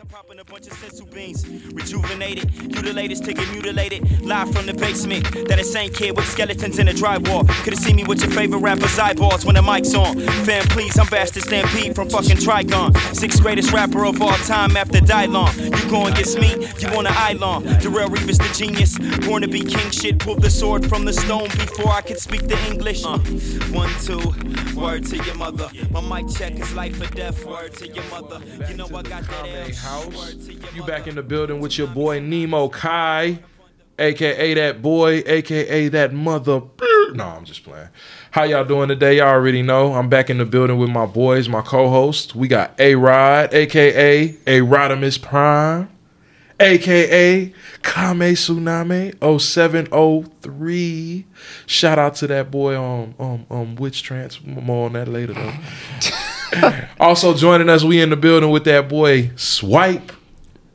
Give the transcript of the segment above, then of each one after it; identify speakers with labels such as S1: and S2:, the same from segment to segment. S1: I'm popping a bunch of sensu beans. Rejuvenated, you the latest to get mutilated. Live from the basement. That insane kid with skeletons in the drywall. Could've seen me with your favorite rapper's eyeballs when the mic's on. Fam, please, I'm Bastard Stampede from fucking Trigon. Sixth greatest rapper of all time after Dylon. You go against me, you on an island. Darrell Reeves, the genius. Born to be king shit. Pulled the sword from the stone before I could speak the English. Uh, one, two, word to your mother. My mic check is life or death. Word to your mother. You know I got that
S2: Kame
S1: L.
S2: House.
S1: Word to your
S2: You
S1: mother.
S2: back in the building with your boy Nemo Kai, aka that boy, aka that mother. No, I'm just playing. How y'all doing today? Y'all already know. I'm back in the building with my boys, my co-host. We got A Rod, aka A Rodimus Prime, aka Kame Tsunami 0703. Shout out to that boy on um, um, um Witch Trance. More on that later though. Also joining us, we in the building with that boy Swipe.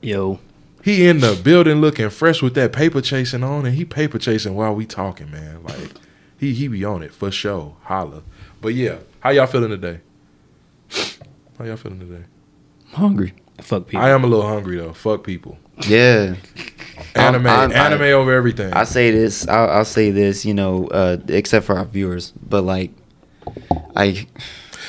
S3: Yo,
S2: He in the building looking fresh with that paper chasing on, and he paper chasing while we talking, man. Like he he be on it for sure. Holla. But yeah, how y'all feeling today? How y'all feeling today?
S3: I'm hungry. Fuck people.
S2: I am a little hungry though. Fuck people.
S4: Yeah, I'm-
S2: Anime,
S4: I'm-
S2: anime over everything.
S4: I say this. I'll, I'll say this. You know, uh, except for our viewers, but like, I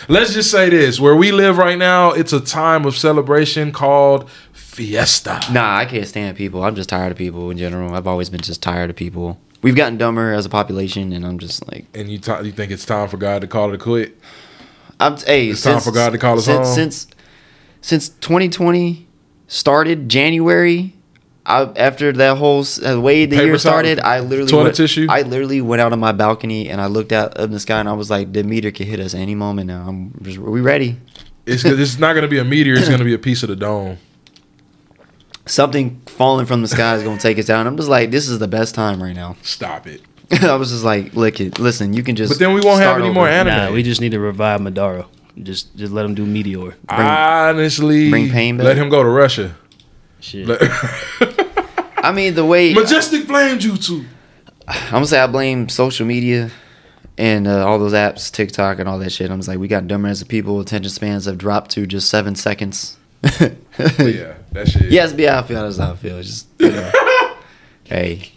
S2: Let's just say this: where we live right now, it's a time of celebration called fiesta.
S4: nah, I can't stand people. I'm just tired of people in general. I've always been just tired of people. We've gotten dumber as a population, and I'm just like,
S2: And you t- you think it's time for God to call it a quit?
S4: I'm hey.
S2: It's time for God to call us
S4: since,
S2: home.
S4: Since since 2020 started January. I, after that whole s- uh, way the
S2: Paper
S4: year
S2: towel,
S4: started, I literally
S2: toilet
S4: went,
S2: tissue.
S4: I literally went out on my balcony and I looked out up in the sky and I was like, the meter could hit us any moment now. I'm just, are we ready?
S2: It's it's not gonna be a meteor. It's gonna be a piece of the dome.
S4: something falling from the sky is gonna take us down. I'm just like, this is the best time right now.
S2: Stop it.
S4: I was just like, look it, listen, you can just.
S2: But then we won't have
S4: start
S2: any
S4: over.
S2: more anime.
S3: nah, we just need to revive Madara. Just just let him do Meteor.
S2: Honestly,
S4: bring pain back.
S2: let him go to Russia.
S3: Shit.
S2: Let-
S4: I mean, the way
S2: Majestic Flame Jutsu.
S4: I'm gonna say, I blame social media and uh, all those apps, TikTok and all that shit. I'm just like, we got dumber as a people. Attention spans have dropped to just seven seconds. yeah.
S2: Yeah, that shit.
S4: Yes, be how I feel. That's how I feel. It's Just you know. hey,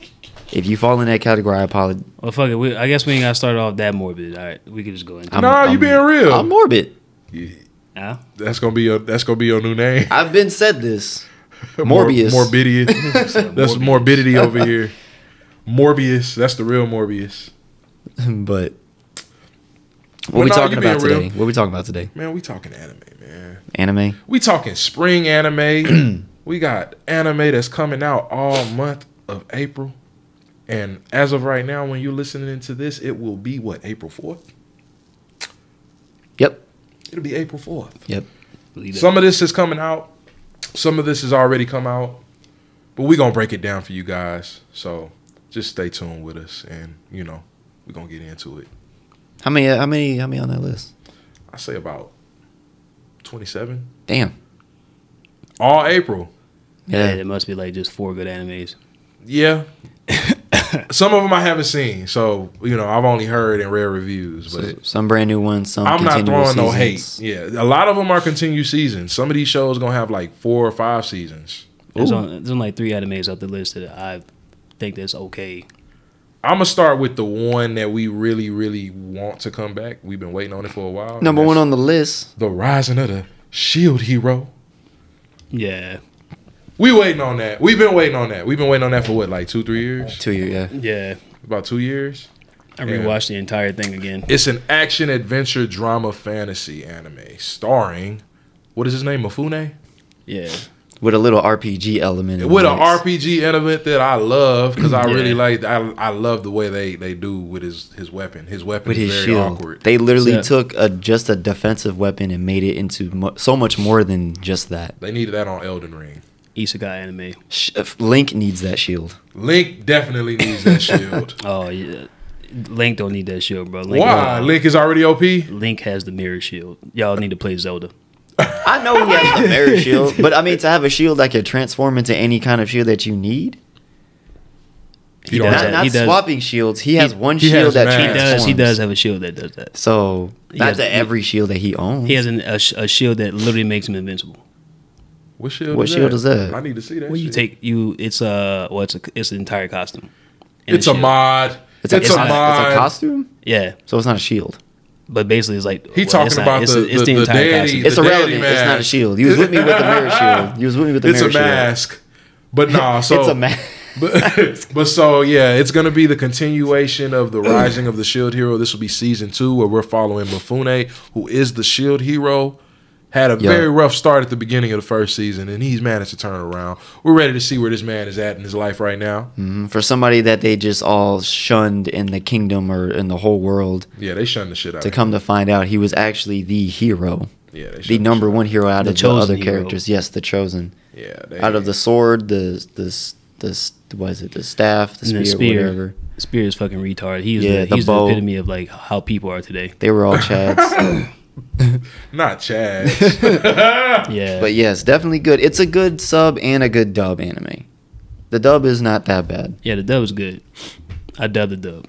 S4: if you fall in that category, I apologize.
S3: Well, fuck it. We, I guess we ain't got to start off that morbid. All right, we could just go into.
S4: I'm-
S2: Nah, you
S4: I'm-
S2: being real.
S4: I'm morbid.
S3: Huh?
S2: that's gonna be your that's gonna be your new name.
S4: I've been said this.
S2: Mor-
S4: Morbius.
S2: morbidity. that's morbidity over here. Morbius. That's the real Morbius.
S4: but what
S2: Well,
S4: we
S2: nah,
S4: talking
S2: you being
S4: about
S2: real.
S4: today? What we talking about today?
S2: Man, we talking anime, man.
S4: Anime.
S2: We talking spring anime. we got anime that's coming out all month of April. And as of right now, when you're listening to this, it will be what, April 4th?
S4: Yep.
S2: It'll be April 4th.
S4: Yep.
S3: Lead up.
S2: Some of this is coming out. Some of this has already come out. But we're going to break it down for you guys. So just stay tuned with us. And, you know, we're going to get into it.
S4: How many? uh, How many? How many on that list?
S2: I say about 27.
S4: Damn.
S2: All April.
S3: yeah.
S4: Yeah.
S3: it must be like just four good animes.
S2: Yeah. some of them I haven't seen. So, you know, I've only heard and read reviews. But
S4: So some brand new ones. Some.
S2: I'm not
S4: continual
S2: throwing no hate.
S4: seasons.
S2: Yeah. A lot of them are continued seasons. Some of these shows going to have like four or five seasons.
S3: There's
S4: Ooh.
S3: on, there's only like three animes off the list that I think that's okay.
S2: I'm gonna start with the one that we really, really want to come back. We've been waiting on it for a while.
S4: Number
S2: and
S4: one
S2: that's
S4: on the list.
S2: the rising of the Shield E Hero.
S3: Yeah,
S2: We waiting on that. We've been waiting on that. We've been waiting on that for what, like two, three years?
S4: Two year. Yeah.
S3: yeah.
S2: About two years.
S3: I rewatched the entire thing again.
S2: It's an action adventure drama fantasy anime starring what is his name? Mafune?
S3: Yeah,
S4: With a little RPG element. in
S2: With
S4: the
S2: an
S4: mix.
S2: RPG element that I love because I
S3: Yeah.
S2: really like I, I love the way they, they do with his, his weapon. His weapon
S4: With
S2: is
S4: his
S2: very
S4: shield.
S2: awkward.
S4: They literally
S3: Yeah.
S4: took a just a defensive weapon and made it into mu- so much more than just that.
S2: they needed that on Elden Ring.
S3: isekai anime.
S4: Sh- uh, Link needs that shield.
S2: Link definitely needs that shield.
S3: Oh yeah, Link don't need that shield, bro. Link uh,
S2: Why? Link is already OP.
S3: Link has the mirror shield. Y'all need to play Zelda.
S4: I know he has the mirror shield, but I mean to have a shield that could transform into any kind of shield that you need.
S2: He
S3: does
S2: don't
S4: Not,
S3: that.
S2: have-
S4: not
S3: He does-
S4: swapping shields. He has one
S2: he
S4: shield
S2: has
S4: that
S2: mad.
S3: He does.
S4: transforms.
S3: He does have a shield that does that.
S4: So
S3: He
S4: not
S3: has-
S4: to every shield that he owns.
S3: He has an, a, sh- a shield that literally makes him invincible.
S2: What shield?
S4: What
S2: is
S4: shield
S2: that?
S4: is that?
S2: I need to see that.
S3: Well, you
S2: shit.
S3: take you. It's a well. It's a it's an entire costume. And
S2: It's a
S3: shield.
S2: mod. It's,
S4: it's
S2: a
S4: not
S2: mod.
S4: It's a costume,
S3: Yeah,
S4: so it's not a shield.
S3: but basically it's like
S2: He
S3: well,
S2: talking
S3: it's not-
S2: about
S3: it's
S2: the-
S3: a- it's
S2: the- the
S3: entire
S2: daddy-
S3: costume.
S2: the
S4: It's irrelevant.
S2: daddy
S4: It's not a
S2: mask.
S4: shield. He was with me with the mirror shield. He was with me with the
S2: It's
S4: mirror
S2: a
S4: shield.
S2: mask. But nah, so
S4: It's a mask.
S2: but, but so yeah, it's gonna be the continuation of the rising of the Shield E Hero. This will be season two, where we're following Mifune, who is the Shield E Hero. Had a
S4: Yeah.
S2: very rough start at the beginning of the first season, and he's managed to turn around. We're ready to see where this man is at in his life right now.
S4: Mhm. For somebody that they just all shunned in the kingdom or in the whole world,
S2: Yeah, they shunned the shit out.
S4: to
S2: of him.
S4: come to find out he was actually the hero,
S2: Yeah, they
S4: the
S2: shunned
S4: number one hero out
S3: The
S4: of the
S3: chosen
S4: other
S3: hero.
S4: characters. Yes, the chosen.
S2: shit- Yeah, they,
S4: Out of the sword, the the the what is it? The staff, the
S3: And
S4: spear,
S3: the spear,
S4: whatever.
S3: spear is fucking retarded. He is
S4: Yeah,
S3: the,
S4: the
S3: he's the
S4: bow.
S3: epitome of like how people are today.
S4: They were all chads.
S2: not Chad.
S3: Yeah,
S4: Ah, but yes, definitely good. It's a good sub and a good dub anime. The dub is not that bad.
S3: yeah, the dub is good. I dubbed the dub.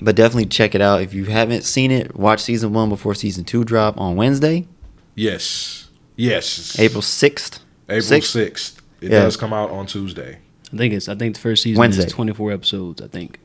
S4: but definitely check it out if you haven't seen it watch season one before season two drop on wednesday
S2: yes, yes.
S4: april 6th
S2: April
S4: sixth?
S2: sixth. It
S4: Yeah.
S2: does come out on Tuesday.
S3: I think it's I think the first season
S4: Wednesday.
S3: is twenty four episodes. I think.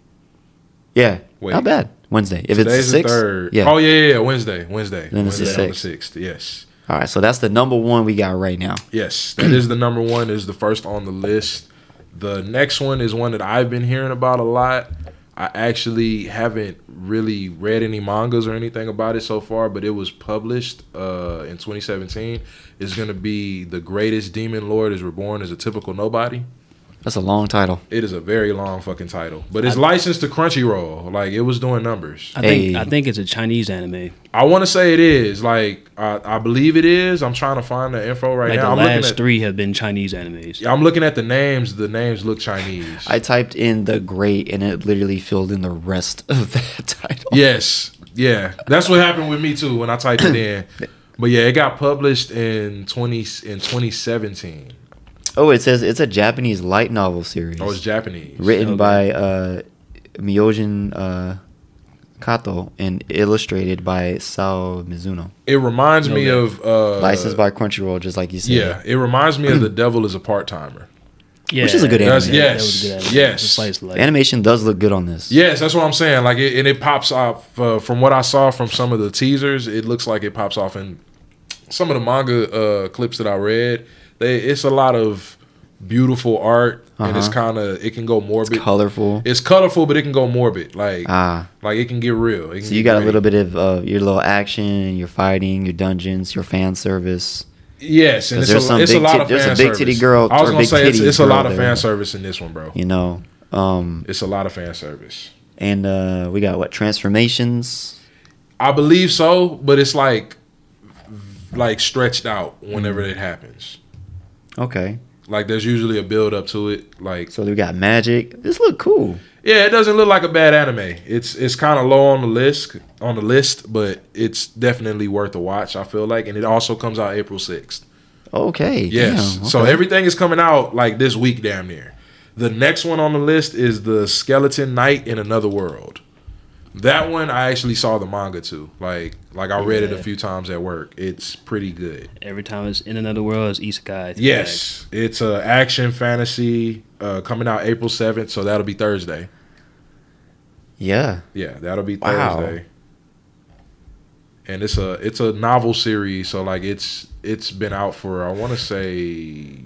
S4: yeah
S2: Wait.
S4: not bad wednesday if
S2: Today's
S4: it's the
S2: the
S4: 6th
S2: third.
S4: yeah
S2: Oh yeah, yeah, yeah. Wednesday, Wednesday.
S4: Then it's the
S2: Wednesday on the
S4: sixth.
S2: sixth. Yes,
S4: all right so that's the number one we got right now
S2: yes. That is the number one. Is the first on the list. The next one is one that I've been hearing about a lot. I actually haven't really read any mangas or anything about it so far, but it was published uh, in 2017. It's going to be The Greatest Demon Lord is Reborn as a Typical Nobody.
S4: that's a long title
S2: It is a very long fucking title, but it's licensed to Crunchyroll. Like, it was doing numbers.
S3: I think
S4: Hey.
S3: I think it's a Chinese anime.
S2: I want to say it is. Like I, I believe it is. I'm trying to find the info right
S3: Like
S2: now.
S3: the
S2: I'm looking
S3: last
S2: at.
S3: three have been Chinese animes.
S2: yeah, I'm looking at the names. The names look Chinese.
S4: i typed in the great and it literally filled in the rest of that title
S2: yes. Yeah. That's what happened with me too when I typed it in. But yeah, it got published in 20 in 2017.
S4: oh it says it's a japanese light novel series
S2: Oh, it's Japanese.
S4: written
S3: Okay.
S4: by uh myojin uh kato and illustrated by sao mizuno
S2: It reminds me
S3: Okay.
S2: of uh,
S4: licensed by crunchyroll just like you said
S2: Yeah, it reminds me of The Devil is a Part Timer.
S3: Yeah,
S4: Which is a good
S3: that-
S4: anime.
S3: that
S2: Yes,
S3: was a good anime.
S2: yes.
S3: The slice of life.
S4: The animation does look good on this.
S2: Yes, that's what I'm saying. Like, it, and it pops off uh, from what I saw from some of the teasers. It looks like it pops off in some of the manga uh, clips that I read. They, it's a lot of beautiful art, and it's
S4: Uh-huh.
S2: kind of it can go morbid. It's,
S4: Colorful.
S2: colorful, but it can go morbid. Like,
S4: Ah,
S2: like it can get real. It can
S4: so you
S2: get
S4: got a
S2: gritty.
S4: little bit of uh, your little action, your fighting, your dungeons, your fan service.
S2: Yes, and
S4: 'Cause
S2: it's
S4: there's
S2: a,
S4: some
S2: it's a
S4: big
S2: lot
S4: tit-
S2: of
S4: there's a
S2: fan
S4: big titty
S2: service.
S4: girl-
S2: I was
S4: or
S2: gonna
S4: big
S2: say it's,
S4: titty
S2: it's a
S4: girl
S2: lot of
S4: there.
S2: fan service in this one, bro.
S4: You know, um,
S2: It's a lot of fan service.
S4: and uh, we got what transformations.
S2: I believe so, but it's like like stretched out whenever
S4: Mm.
S2: it happens.
S4: Okay,
S2: Like there's usually a build up to it. Like
S4: so we got magic. This look cool.
S2: yeah, it doesn't look like a bad anime. It's it's kind of low on the list on the list, but it's definitely worth a watch. I feel like, and it also comes out April sixth.
S4: Okay,
S2: Yes,
S4: damn,
S2: so
S4: okay.
S2: everything is coming out like this week, damn near. The next one on the list is the Skeleton Knight in Another World. That one I actually saw the manga too. Like like I read it a
S3: Yeah.
S2: few times at work. It's pretty good.
S3: Every time it's in another world, it's isekai. It's
S2: Yes, it's a action fantasy uh, coming out April seventh, so that'll be Thursday.
S4: yeah,
S2: Yeah, that'll be
S4: Wow.
S2: Thursday. And it's a it's a novel series, so like it's it's been out for I want to say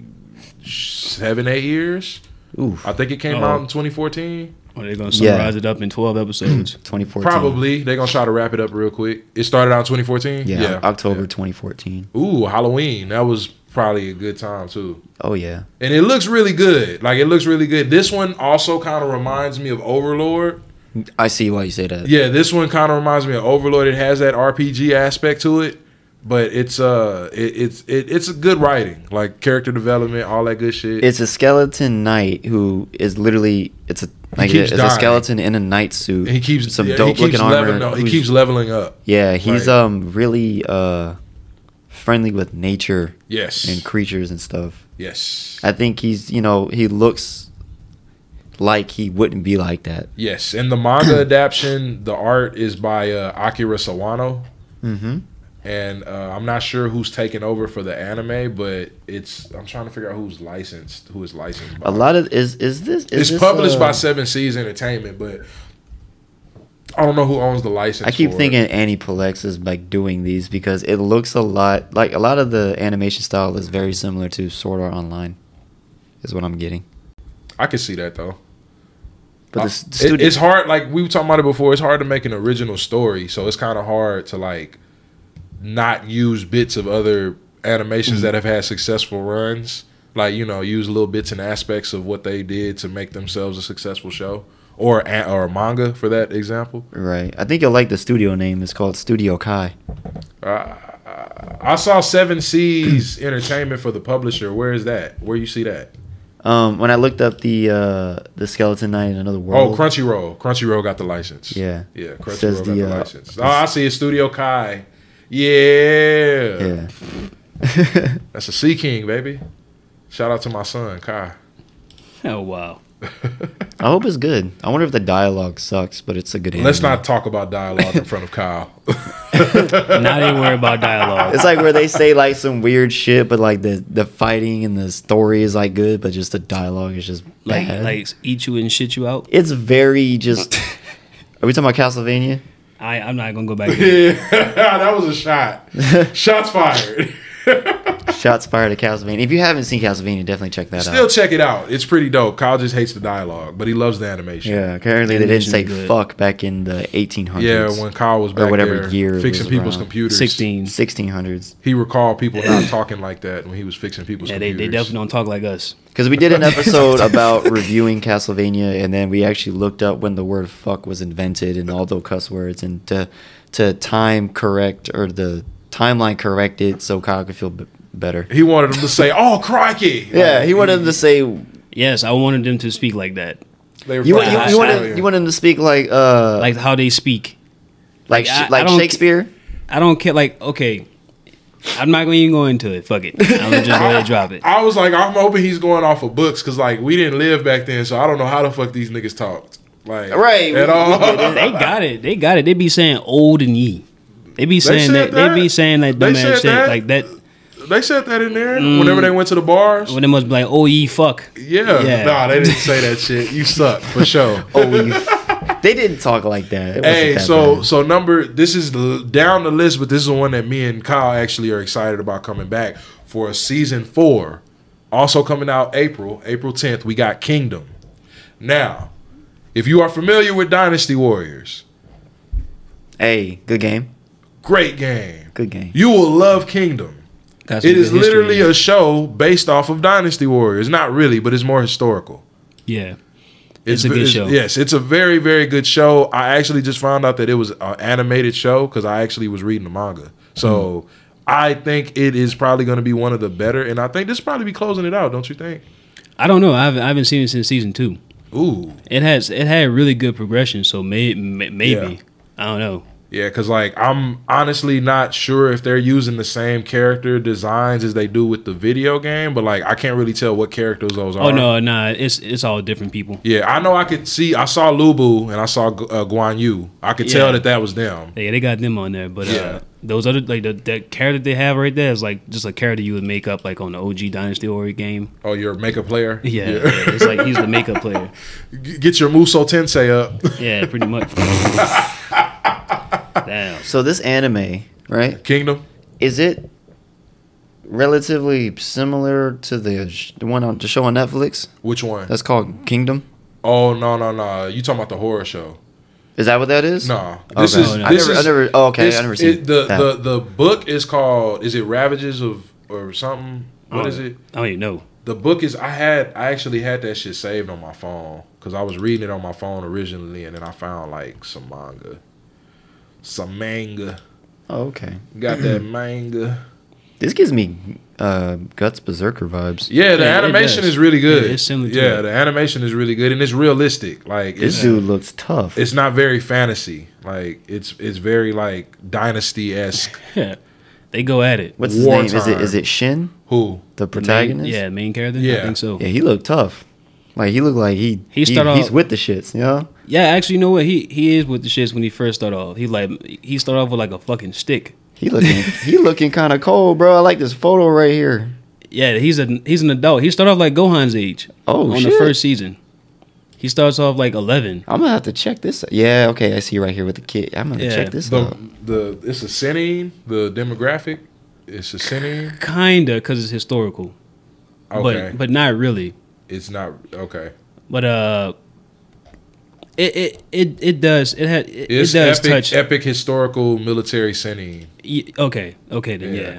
S2: seven eight years.
S4: oof,
S2: I think it came
S3: Oh.
S2: out in 2014.
S3: back. Or they're gonna
S4: Yeah.
S3: summarize it up in twelve episodes.
S4: 2014.
S2: Probably they're gonna try to wrap it up real quick. It started out in 2014.
S4: Yeah, October 2014.
S2: Ooh, Halloween. That was probably a good time too.
S4: Oh yeah,
S2: and it looks really good. Like it looks really good. This one also kind of reminds me of Overlord.
S4: I see why you say that.
S2: Yeah, this one kind of reminds me of Overlord. It has that RPG aspect to it, but it's uh, it, it's it, it's a good writing, like character development, all that good shit.
S4: It's a skeleton knight who is literally it's a like
S2: keeps
S4: it's a
S2: dying.
S4: skeleton in a knight suit.
S2: And he keeps
S4: some
S2: yeah,
S4: dope
S2: he keeps
S4: looking armor.
S2: Leveling up. He
S4: who's-
S2: keeps leveling up.
S4: Yeah, he's
S2: Right.
S4: um really uh friendly with nature
S2: Yes.
S4: and creatures and stuff.
S2: yes.
S4: I think he's you know he looks like he wouldn't be like that.
S2: Yes. And the manga adaptation, the art is by uh, Akira Sawano.
S4: Mm-hmm.
S2: and uh, I'm not sure who's taking over for the anime, but it's I'm trying to figure out who's licensed, who is licensed. By.
S4: A lot of is is this? Is
S2: it's
S4: this,
S2: published
S4: uh,
S2: by Seven Seas Entertainment, but I don't know who owns the license.
S4: I keep
S2: for it.
S4: thinking Aniplex is like doing these because it looks a lot like a lot of the animation style is very similar to Sword Art Online, is what I'm getting.
S2: I could see that though.
S4: But
S2: Uh,
S4: the s- the
S2: it-
S4: studio,
S2: it's hard. Like we were talking about it before. It's hard to make an original story, so it's kind of hard to like not use bits of other animations
S4: Mm-hmm.
S2: that have had successful runs. Like you know, use little bits and aspects of what they did to make themselves a successful show or a- or a manga for that example.
S4: right? I think you'll like the studio name. It's called Studio Kai.
S2: I saw Seven Seas Entertainment for the publisher. Where is that? Where you see that?
S4: Um, when I looked up the uh, the Skeleton Knight in Another World,
S2: Oh, Crunchyroll. Crunchyroll got the license.
S4: Yeah.
S2: Yeah,
S4: Says
S2: Crunchyroll got
S4: the,
S2: the
S4: uh,
S2: license. Oh, I see it. Studio Kai. Yeah.
S4: yeah,
S2: That's a Sea King, baby. Shout out to my son, Kai.
S3: Oh wow.
S4: I hope it's good. I wonder if the dialogue sucks, but it's a good.
S2: Let's
S4: anime.
S2: not talk about dialogue in front of Kyle.
S3: Not even worry about dialogue.
S4: It's like where they say like some weird shit, but like the the fighting and the story is like good, but just the dialogue is just
S3: Like
S4: bad.
S3: like eat you and shit you out.
S4: it's very just. Are we talking about Castlevania?
S3: I I'm not gonna go back. There.
S2: Yeah. that was a shot. Shots fired.
S4: Shots fired at Castlevania. If you haven't seen Castlevania, definitely check that
S2: Still
S4: out.
S2: check it out. It's pretty dope. Kyle just hates the dialogue, but he loves the animation.
S4: Yeah, apparently they didn't
S3: Animation's
S4: say
S3: good.
S4: fuck back in the 1800s.
S2: Yeah, when Kyle was back
S4: whatever
S2: there
S4: year it
S2: fixing
S4: was
S2: people's
S4: around.
S2: computers.
S3: Sixteen.
S4: 1600s.
S2: He recalled people not talking like that when he was fixing people's
S3: Yeah, they,
S2: computers.
S3: they definitely don't talk like us.
S4: Because we did an episode about reviewing Castlevania, and then we actually looked up when the word "fuck" was invented and all the cuss words, and to to time correct or the timeline correct it so Kyle could feel b- better.
S2: He wanted them to say, "Oh crikey!" Like,
S4: Yeah, he wanted him to say you
S3: Yes, I wanted them to speak like that,
S2: they were
S4: you,
S2: fucking
S4: you, you wanted
S2: Australian.
S4: you wanted him to speak like uh like
S3: like how they speak.
S4: like,
S3: I- I
S4: like
S3: don't-
S4: Shakespeare.
S3: I don't care. Like okay, I'm not gonna even go into it. Fuck it. I'm gonna just go ahead and drop it.
S2: I was like, I'm hoping he's going off of books because like we didn't live back then, so I don't know how the fuck these niggas talked. Like
S4: Right,
S2: at
S4: we-
S2: all.
S3: They got it. They got it. They be saying old and ye. They be saying
S2: said
S3: that,
S2: that.
S3: They be saying like
S2: They
S3: dumb
S2: said
S3: ass shit.
S2: that.
S3: Like that.
S2: they said that in there whenever they went to the bars.
S3: Mm. When they must be like, oh ye fuck.
S2: yeah.
S3: Yeah.
S2: nah, they didn't say that shit. You suck for sure.
S4: Oh, you- they didn't talk like that. It wasn't
S2: Hey,
S4: that
S2: so
S4: bad.
S2: so number this is l- down the list, but this is the one that me and Kyle actually are excited about coming back for season four. Also coming out April, April 10th, we got Kingdom. Now, if you are familiar with Dynasty Warriors,
S4: hey, good game,
S2: great game.
S4: good game.
S2: You will love Kingdom.
S3: That's
S2: It
S3: what
S2: is
S3: the history
S2: literally
S3: is.
S2: a show based off of Dynasty Warriors. Not really, but it's more historical.
S3: yeah. It's a
S2: ve-
S3: good show.
S2: Yes, it's a very, very good show. I actually just found out that it was an animated show because I actually was reading the manga.
S3: Hmm.
S2: So I think it is probably going to be one of the better, and I think this will probably be closing it out, don't you think?
S3: I don't know. I haven't, I haven't seen it since season two.
S2: Ooh,
S3: It has it had really good progression. So may, may, maybe
S2: Yeah.
S3: I don't know.
S2: yeah, because like I'm honestly not sure if they're using the same character designs as they do with the video game, but like I can't really tell what characters those are.
S3: Oh no, nah. It's it's all different people.
S2: Yeah, I know. I could see. I saw Lubu and I saw uh, Guan Yu. I could tell
S3: Yeah.
S2: that that was them.
S3: Yeah, they got them on there. But
S2: Yeah.
S3: uh, those other like the, that character they have right there is like just a character you would make up like on the OG Dynasty Warrior game.
S2: Oh, you're a makeup player.
S3: Yeah, yeah, it's like he's the makeup player.
S2: G- Get your Muso Tensei up.
S3: Yeah, pretty much. Damn.
S4: So this anime, right?
S2: Kingdom.
S4: is it relatively similar to the, sh- the one on the show on Netflix
S2: Which one?
S4: that's called Kingdom?
S2: oh no no no! You talking about the horror show?
S4: Is that what that is?
S2: No, this
S4: Okay.
S2: is
S3: Oh, no.
S4: I
S2: this
S4: never,
S2: is
S4: I never. Oh, okay,
S2: this-
S4: I never seen
S2: it- the
S4: that.
S2: the the book is called is it Ravages of or something? What is it?
S3: I don't even know.
S2: The book is I had I actually had that shit saved on my phone because I was reading it on my phone originally and then I found like some manga, some manga.
S4: oh, okay.
S2: Got that manga.
S4: This gives me uh, guts berserker vibes.
S2: Yeah, the
S3: Yeah, it
S2: animation
S3: does.
S2: is really good.
S3: Yeah, it's similar to
S2: yeah,
S3: it.
S2: the animation is really good and it's realistic. Like
S4: This
S2: it's
S4: dude looks tough.
S2: it's not very fantasy. Like it's it's very like dynasty esque.
S3: Yeah, they go at it.
S4: What's his name? Is it is
S2: wartime.
S4: it Shin,
S2: Who?
S4: the
S3: The main-
S4: protagonist?
S3: yeah, main character.
S2: Yeah.
S3: I think so.
S4: yeah. He looked tough. Like he looked like he, he,
S3: He started
S4: he's
S3: off-
S4: with the shits. You know.
S3: Yeah, actually, you know what? He he is with the shits when he first started off. He like he started off with like a fucking stick.
S4: He looking he looking kind of cold, bro. I like this photo right here.
S3: Yeah, he's a he's an adult. He started off like Gohan's age.
S4: Oh,
S3: on
S4: shit.
S3: the first season, he starts off like eleven.
S4: I'm gonna have to check this. Out. Yeah, okay, I see right here with the kid. I'm gonna
S3: Yeah.
S4: check this
S2: The
S4: out.
S2: the it's a Senine, the demographic. It's a Senine.
S3: Kinda, because it's historical,
S2: Okay.
S3: but but not really.
S2: it's not okay.
S3: But uh, it it it, it does it had it, it
S2: It's
S3: does
S2: epic,
S3: touch.
S2: epic historical military Senine.
S3: y- okay, okay then
S2: Yeah.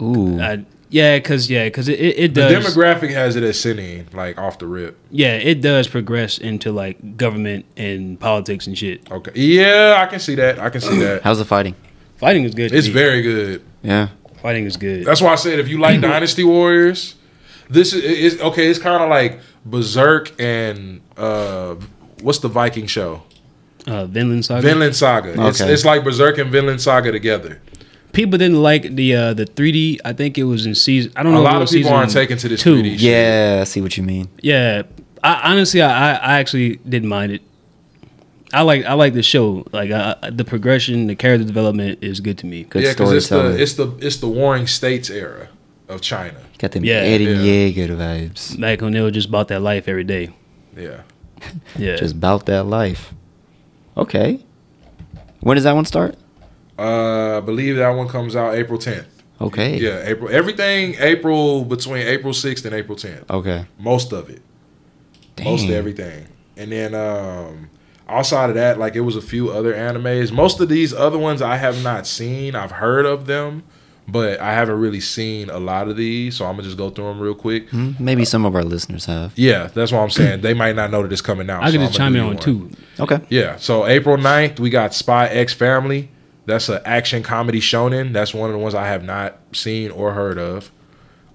S3: yeah,
S4: Ooh,
S3: I- yeah, cause yeah, cause it it, it
S2: The
S3: does.
S2: demographic has it as Senine, like off the rip.
S3: yeah, it does progress into like government and politics and shit.
S2: Okay. Yeah, I can see that. I can see that.
S4: how's the fighting?
S3: Fighting is good. to
S2: It's Uh,
S3: me.
S2: very good.
S4: Yeah,
S3: fighting is good.
S2: That's why I said if you like Dynasty Warriors, this is it- it's, okay. It's kind of like Berserk and uh, what's the Viking show?
S3: Uh, Vinland Saga.
S2: Vinland Saga. It's,
S4: Okay.
S2: it's like Berserk and Vinland Saga together.
S3: People didn't like the uh, the 3D. I think it was in season. I don't know.
S2: A
S3: if it
S2: lot of
S3: was
S2: people
S3: season
S2: aren't taking to this
S3: two.
S2: 3D shit.
S4: yeah, I see what you mean.
S3: Yeah, I, honestly, I, I I actually didn't mind it. I like I like the show. Like I, I- the progression, the character development is good to me.
S4: Good
S2: yeah, because it's the
S4: storytelling.
S2: it's the it's the Warring States era of China.
S4: Got them
S3: Yeah,
S4: Eddie
S2: yeah.
S4: Yeager vibes.
S3: Mac O'Neill just bought that life every day.
S2: Yeah,
S3: Yeah,
S4: Just about that life. Okay, when does that one start?
S2: uh, I believe that one comes out April tenth.
S4: Okay.
S2: Yeah, April. Everything April between April sixth and April tenth.
S4: Okay.
S2: most of it, most of
S4: Damn.
S2: everything. And then um, outside of that, like it was a few other animes. Most of these other ones I have not seen. I've heard of them, but I haven't really seen a lot of these. So I'm gonna just go through them real quick.
S4: Hmm, Maybe some of our listeners have.
S2: Yeah, that's what I'm saying. they might not know that it's coming out.
S3: I could
S2: so
S3: just
S2: I'ma
S3: chime
S2: do
S3: in
S2: you
S3: on
S2: one.
S3: two.
S4: Okay.
S2: Yeah. So April 9th, we got Spy X Family. That's an action comedy shonen. That's one of the ones I have not seen or heard of.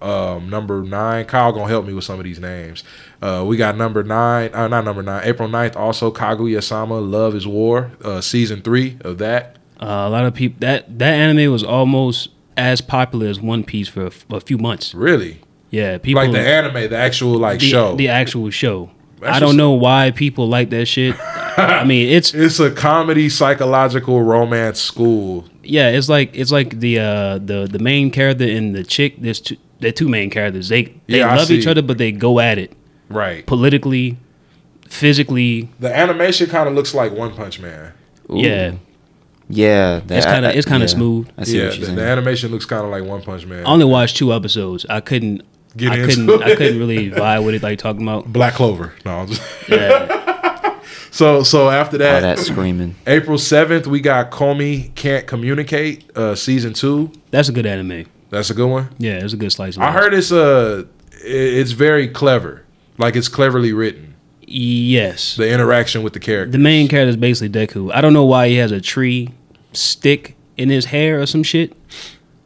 S2: Um, number nine, Kyle gonna help me with some of these names. Uh, we got number nine, uh, not number nine, April 9th, also Kaguya Sama, Love is War, uh, season three of that.
S3: Uh, a lot of people that that anime was almost as popular as One Piece for a, f- a few months.
S2: Really?
S3: Yeah, people
S2: Like the anime, the actual like
S3: the,
S2: show.
S3: the actual show.
S2: That's
S3: I don't
S2: just-
S3: know why people like that shit. I mean, it's
S2: it's a comedy, psychological, romance school.
S3: yeah, it's like it's like the uh the the main character and the chick. There's two, the two main characters. They they
S2: Yeah, I
S3: love each
S2: see.
S3: other, but they go at it
S2: Right.
S3: politically, physically.
S2: The animation kind of looks like One Punch Man.
S4: Ooh.
S3: Yeah,
S4: Yeah. That,
S3: It's kinda-
S4: I- I-
S3: it's kinda
S4: yeah.
S3: smooth.
S4: I see
S2: Yeah,
S4: what
S2: the,
S4: you're
S2: the
S4: saying.
S2: animation looks kind of like One Punch Man.
S3: I only watched two episodes. I couldn't.
S2: Get
S3: I
S2: into
S3: couldn't.
S2: it.
S3: I couldn't really vibe with it. Like talking about.
S2: Black Clover. No, I'm just-
S3: Yeah,
S2: so so after
S4: All
S2: that,
S4: that screaming.
S2: April seventh, we got Comey can't communicate uh, season two.
S3: that's a good anime.
S2: That's a good one.
S3: Yeah, it's a good slice. Of
S2: I
S3: life.
S2: heard it's uh i- it's very clever. Like it's cleverly written.
S3: Yes,
S2: The interaction with the character.
S3: the main character is basically Deku. I don't know why he has a tree stick in his hair or some shit,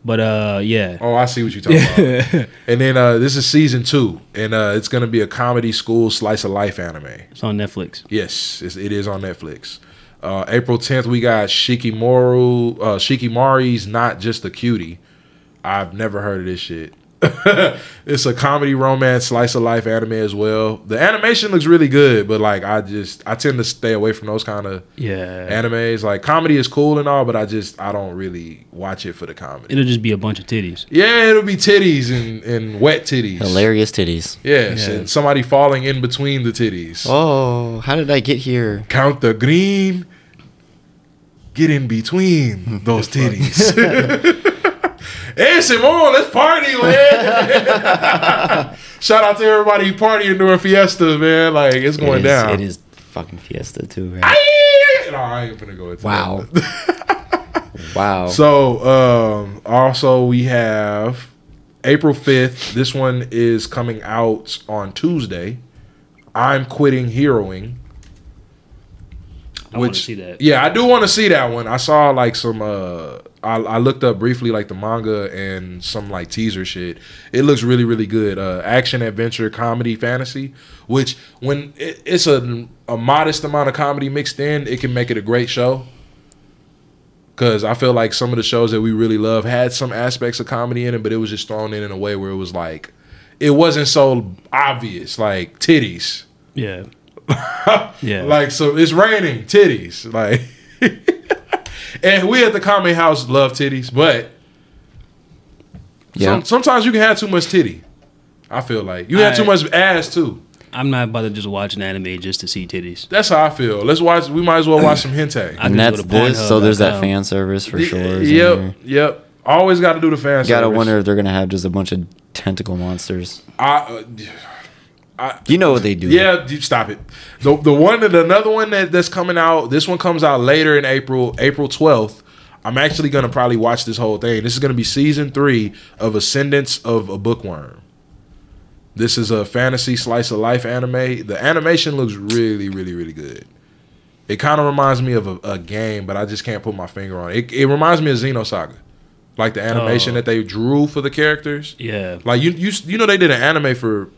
S3: but uh, yeah.
S2: Oh, I see what you're talking about. And then uh, this is season two, and uh, it's gonna be a comedy school slice of life anime.
S3: It's on Netflix.
S2: Yes, it's, it is on Netflix. Uh, April 10th, we got Shikimoru, uh, Shikimari's Not Just a Cutie. I've never heard of this shit. it's a comedy romance slice of life anime as well. The animation looks really good, but like I just I tend to stay away from those kind of
S3: Yeah.
S2: animes. Like comedy is cool and all, but I just I don't really watch it for the comedy.
S3: It'll just be a bunch of titties.
S2: yeah, it'll be titties and, and wet titties.
S4: Hilarious titties.
S2: Yes,
S3: Yeah.
S2: and somebody falling in between the titties.
S4: Oh, how did I get here?
S2: count the green, get in between those titties. hey, Simone, let's party, man. Shout out to everybody partying during Fiesta, man. Like, it's
S4: It
S2: going
S4: is-
S2: down.
S4: It is fucking fiesta too, right?
S2: No, I ain't gonna go into
S4: Wow.
S2: that.
S4: wow.
S2: So, um, also we have April 5th. This one is coming out on Tuesday. I'm quitting heroing.
S3: I want to see that.
S2: Yeah, I do want to see that one. I saw like some. uh I, I looked up briefly like the manga and some like teaser shit. It looks really really good. Uh, action adventure comedy fantasy, which when it, it's a a modest amount of comedy mixed in, it can make it a great show. Cause I feel like some of the shows that we really love had some aspects of comedy in it, but it was just thrown in in a way where it was like, it wasn't so obvious, like titties.
S3: Yeah. yeah.
S2: Like so it's raining titties. Like And we at the comedy house love titties, but
S4: Yeah.
S2: some, sometimes you can have too much titty. I feel like you have too
S3: I-
S2: much ass too.
S3: I'm not about to just watch an anime just to see titties.
S2: That's how I feel. Let's watch. We might as well watch some hentai.
S3: I
S4: and
S3: can
S4: that's
S3: just go to
S4: this.
S3: Pornhub
S4: So there's that
S3: dot com.
S4: fan service for sure. is in there.
S2: Yep, yep. Always got to do the fan.
S4: You gotta
S2: service.
S4: wonder if they're gonna have just a bunch of tentacle monsters.
S2: I, uh,
S4: You know what they do?
S2: yeah, you stop it. The the one that another one that, that's coming out. This one comes out later in April, April twelfth. I'm actually gonna probably watch this whole thing. This is gonna be season three of Ascendance of a Bookworm. This is a fantasy slice of life anime. The animation looks really, really, really good. It kind of reminds me of a, a game, but I just can't put my finger on it. It, it reminds me of Xenosaga, like the animation
S3: Oh.
S2: that they drew for the characters.
S3: Yeah.
S2: Like you, you, you know they did an anime for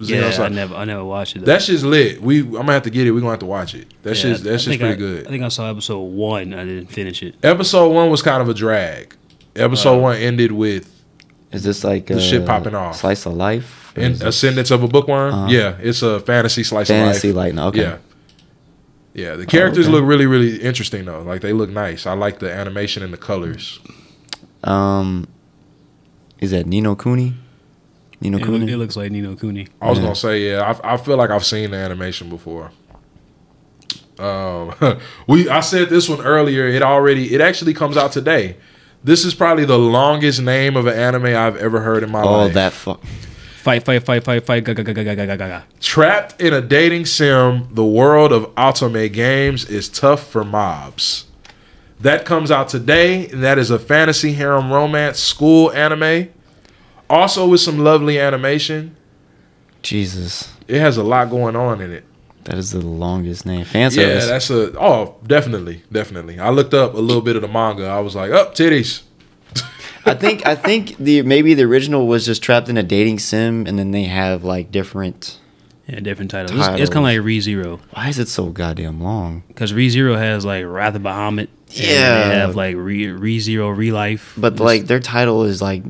S3: Yeah, I
S2: Xenosaga.
S3: never, I never watched it. though.
S2: That shit's lit. We I'm gonna have to get it. We're gonna have to watch it. That shit's
S3: I
S2: that shit's
S3: think
S2: pretty
S3: I-
S2: good.
S3: I think I saw episode one. I didn't finish it.
S2: Episode one was kind of a drag.
S3: Uh-huh.
S2: Episode one ended with
S4: Is this like
S2: The
S4: a
S2: shit popping off.
S4: Slice of life. Or
S2: an
S4: is this
S2: Ascendance of a Bookworm.
S4: Uh-huh.
S2: Yeah, it's a fantasy slice
S4: fantasy
S2: of life.
S4: light. now, Okay. Oh,
S2: Yeah. Yeah, the characters
S4: okay.
S2: look really, really interesting though. Like they look nice. I like the animation and the colors.
S4: Um, is that Nino Cooney? Nino
S3: It, look- it
S4: Cooney.
S3: looks like Nino Cooney.
S2: I was
S4: Yeah.
S2: gonna say, yeah, I, I feel like I've seen the animation before. Um, we I said this one earlier. It already it actually comes out today. This is probably the longest name of an anime I've ever heard in my
S4: Oh,
S2: life.
S4: that fuck.
S3: Fight, fight, fight, fight, fight. Ga, ga, ga, ga, ga, ga, ga, ga.
S2: Trapped in a dating sim, the world of Otome games is tough for mobs. That comes out today, and that is a fantasy harem romance school anime. Also with some lovely animation.
S4: Jesus,
S2: It has a lot going on in it.
S4: that is the longest name. Fan
S2: Yeah,
S4: service.
S2: that's a oh, definitely, definitely. I looked up a little bit of the manga. I was like, up titties.
S4: I think I think the maybe the original was just trapped in a dating sim, and then they have like different.
S3: Yeah, different titles. It's- It's, kind
S4: Titles.
S3: of like Re Zero
S4: Why is it so goddamn long?
S3: because Re Zero has like Wrath of Bahamut. and
S4: Yeah.
S3: they have like Re Re Zero Re Life.
S4: But like their title is like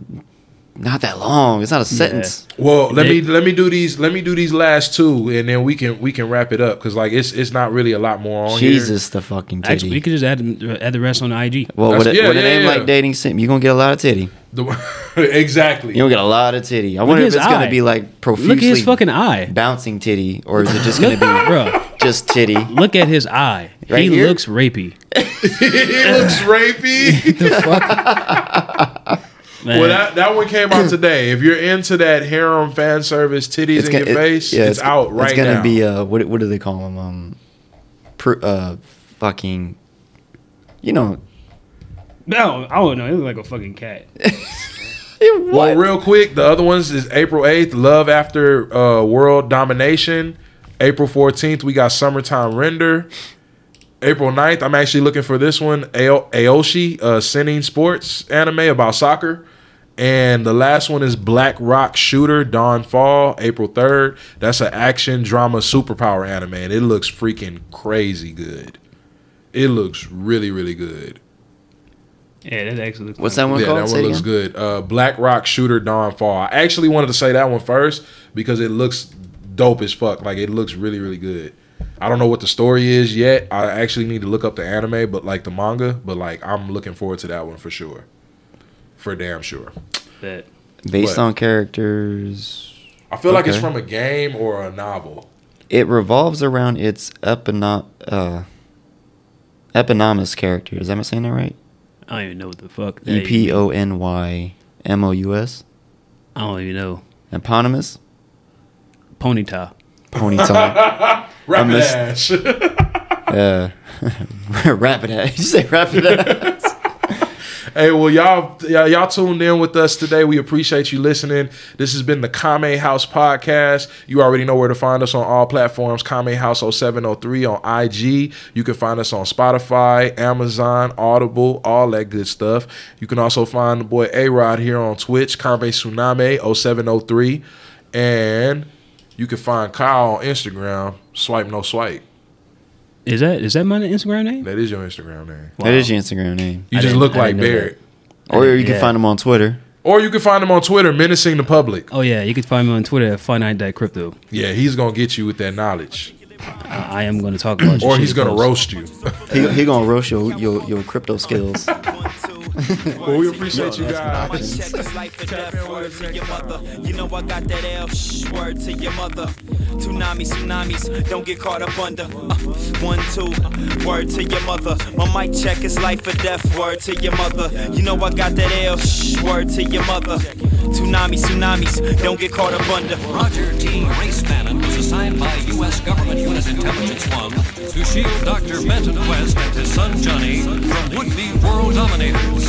S4: not that long. It's not a sentence.
S2: Well, let me
S3: They-
S2: let me do these let me do these last two, and then we can we can wrap it up because like it's it's not really a lot more on here.
S4: Jesus, the fucking titty.
S3: actually, we could just add add the rest on the IG.
S4: well,
S2: That's-
S4: with a,
S2: yeah,
S4: with a
S2: yeah,
S4: name
S2: yeah.
S4: like dating sim, you gonna get a lot of titty.
S2: The- exactly.
S4: You gonna get a lot of titty. I wonder if
S3: his
S4: it's gonna
S3: eye.
S4: be like profusely
S3: Look at his fucking eye,
S4: bouncing titty, or is it just gonna be
S3: bro.
S4: just titty?
S3: Look at his eye.
S4: Right
S3: he
S4: here?
S3: looks rapey.
S2: it looks rapey.
S3: Man.
S2: well, that, that one came out today. If you're into that harem fan service, titties in
S4: gonna-
S2: your
S4: it-
S2: face,
S4: yeah,
S2: it's, out right
S4: It's gonna
S2: now.
S4: be uh, what what do they call them? Um, pr- uh, fucking, you know,
S3: no, I don't know. It looks like a fucking cat.
S2: well, real quick, the other ones is April 8th, Love After uh, World Domination. April 14th, we got Summertime Render. April 9th, I'm actually looking for this one, Ao- Aoshi, uh, Sinning Sports anime about soccer. And the last one is Black Rock Shooter Dawn Fall, April 3rd. That's an action drama superpower anime, and it looks freaking crazy good. It looks really, really good.
S3: Yeah, that actually looks.
S4: what's that one
S2: Yeah,
S4: called?
S2: that
S4: Say
S2: one
S4: it
S2: looks
S4: again?
S2: good. Uh, Black Rock Shooter Dawn Fall. I actually wanted to say that one first because it looks dope as fuck. Like it looks really, really good. I don't know what the story is yet. I actually need to look up the anime, but like the manga. But like I'm looking forward to that one for sure, for damn sure.
S3: that?
S4: Based
S2: What?
S4: on characters,
S2: I feel like it's
S4: Okay.
S2: from a game or a novel.
S4: it revolves around its epono- uh, eponymous character. Is that am I saying that right?
S3: I don't even know what the fuck. that
S4: E P O N Y M O U S.
S3: I don't even know.
S4: Eponymous
S3: Ponyta.
S4: ponytail.
S2: Rapid
S4: missed-
S2: Ash.
S4: uh, rapid ass. You say rapid ass.
S2: Hey, well, y'all, y'all, y'all tuned in with us today. We appreciate you listening. This has been the Kame House podcast. You already know where to find us on all platforms. Kame House 0703 on IG. You can find us on Spotify, Amazon, Audible, all that good stuff. You can also find the boy A Rod here on Twitch, Kame Tsunami 0703, and you can find Kyle on Instagram. Swipe no swipe.
S3: Is that is that my Instagram name?
S2: That is your Instagram name.
S4: That is your Instagram name.
S2: You
S3: I
S2: just
S3: didn't-
S2: look
S3: I
S2: like
S3: didn't know that.
S2: Barrett,
S4: Or you can
S3: Yeah.
S4: find them on Twitter.
S2: or you can find him on Twitter, menacing the public.
S3: Oh yeah, you can find me on Twitter at finite.crypto.
S2: Yeah, he's gonna get you with that knowledge.
S3: I, I am going to talk about. your
S2: Or he's
S3: shitty
S2: gonna roast
S3: post.
S2: you.
S4: He, he gonna roast your, your your crypto skills.
S2: well, we appreciate you guys.
S1: Check is life or death. Word to your mother. You know I got that L. Shh, word to your mother. Tsunami, tsunamis. Don't get caught up under. Uh, one, two. Word to your mother. My mic check is life or death. Word to your mother. You know I got that L. Shh, word to your mother. Tsunami, tsunamis. Don't get caught up under.
S5: Roger T. Race Bannon was assigned by U.S. Government Unit Intelligence 1 to shield Dr. Benton West and his son Johnny from would-be world dominators.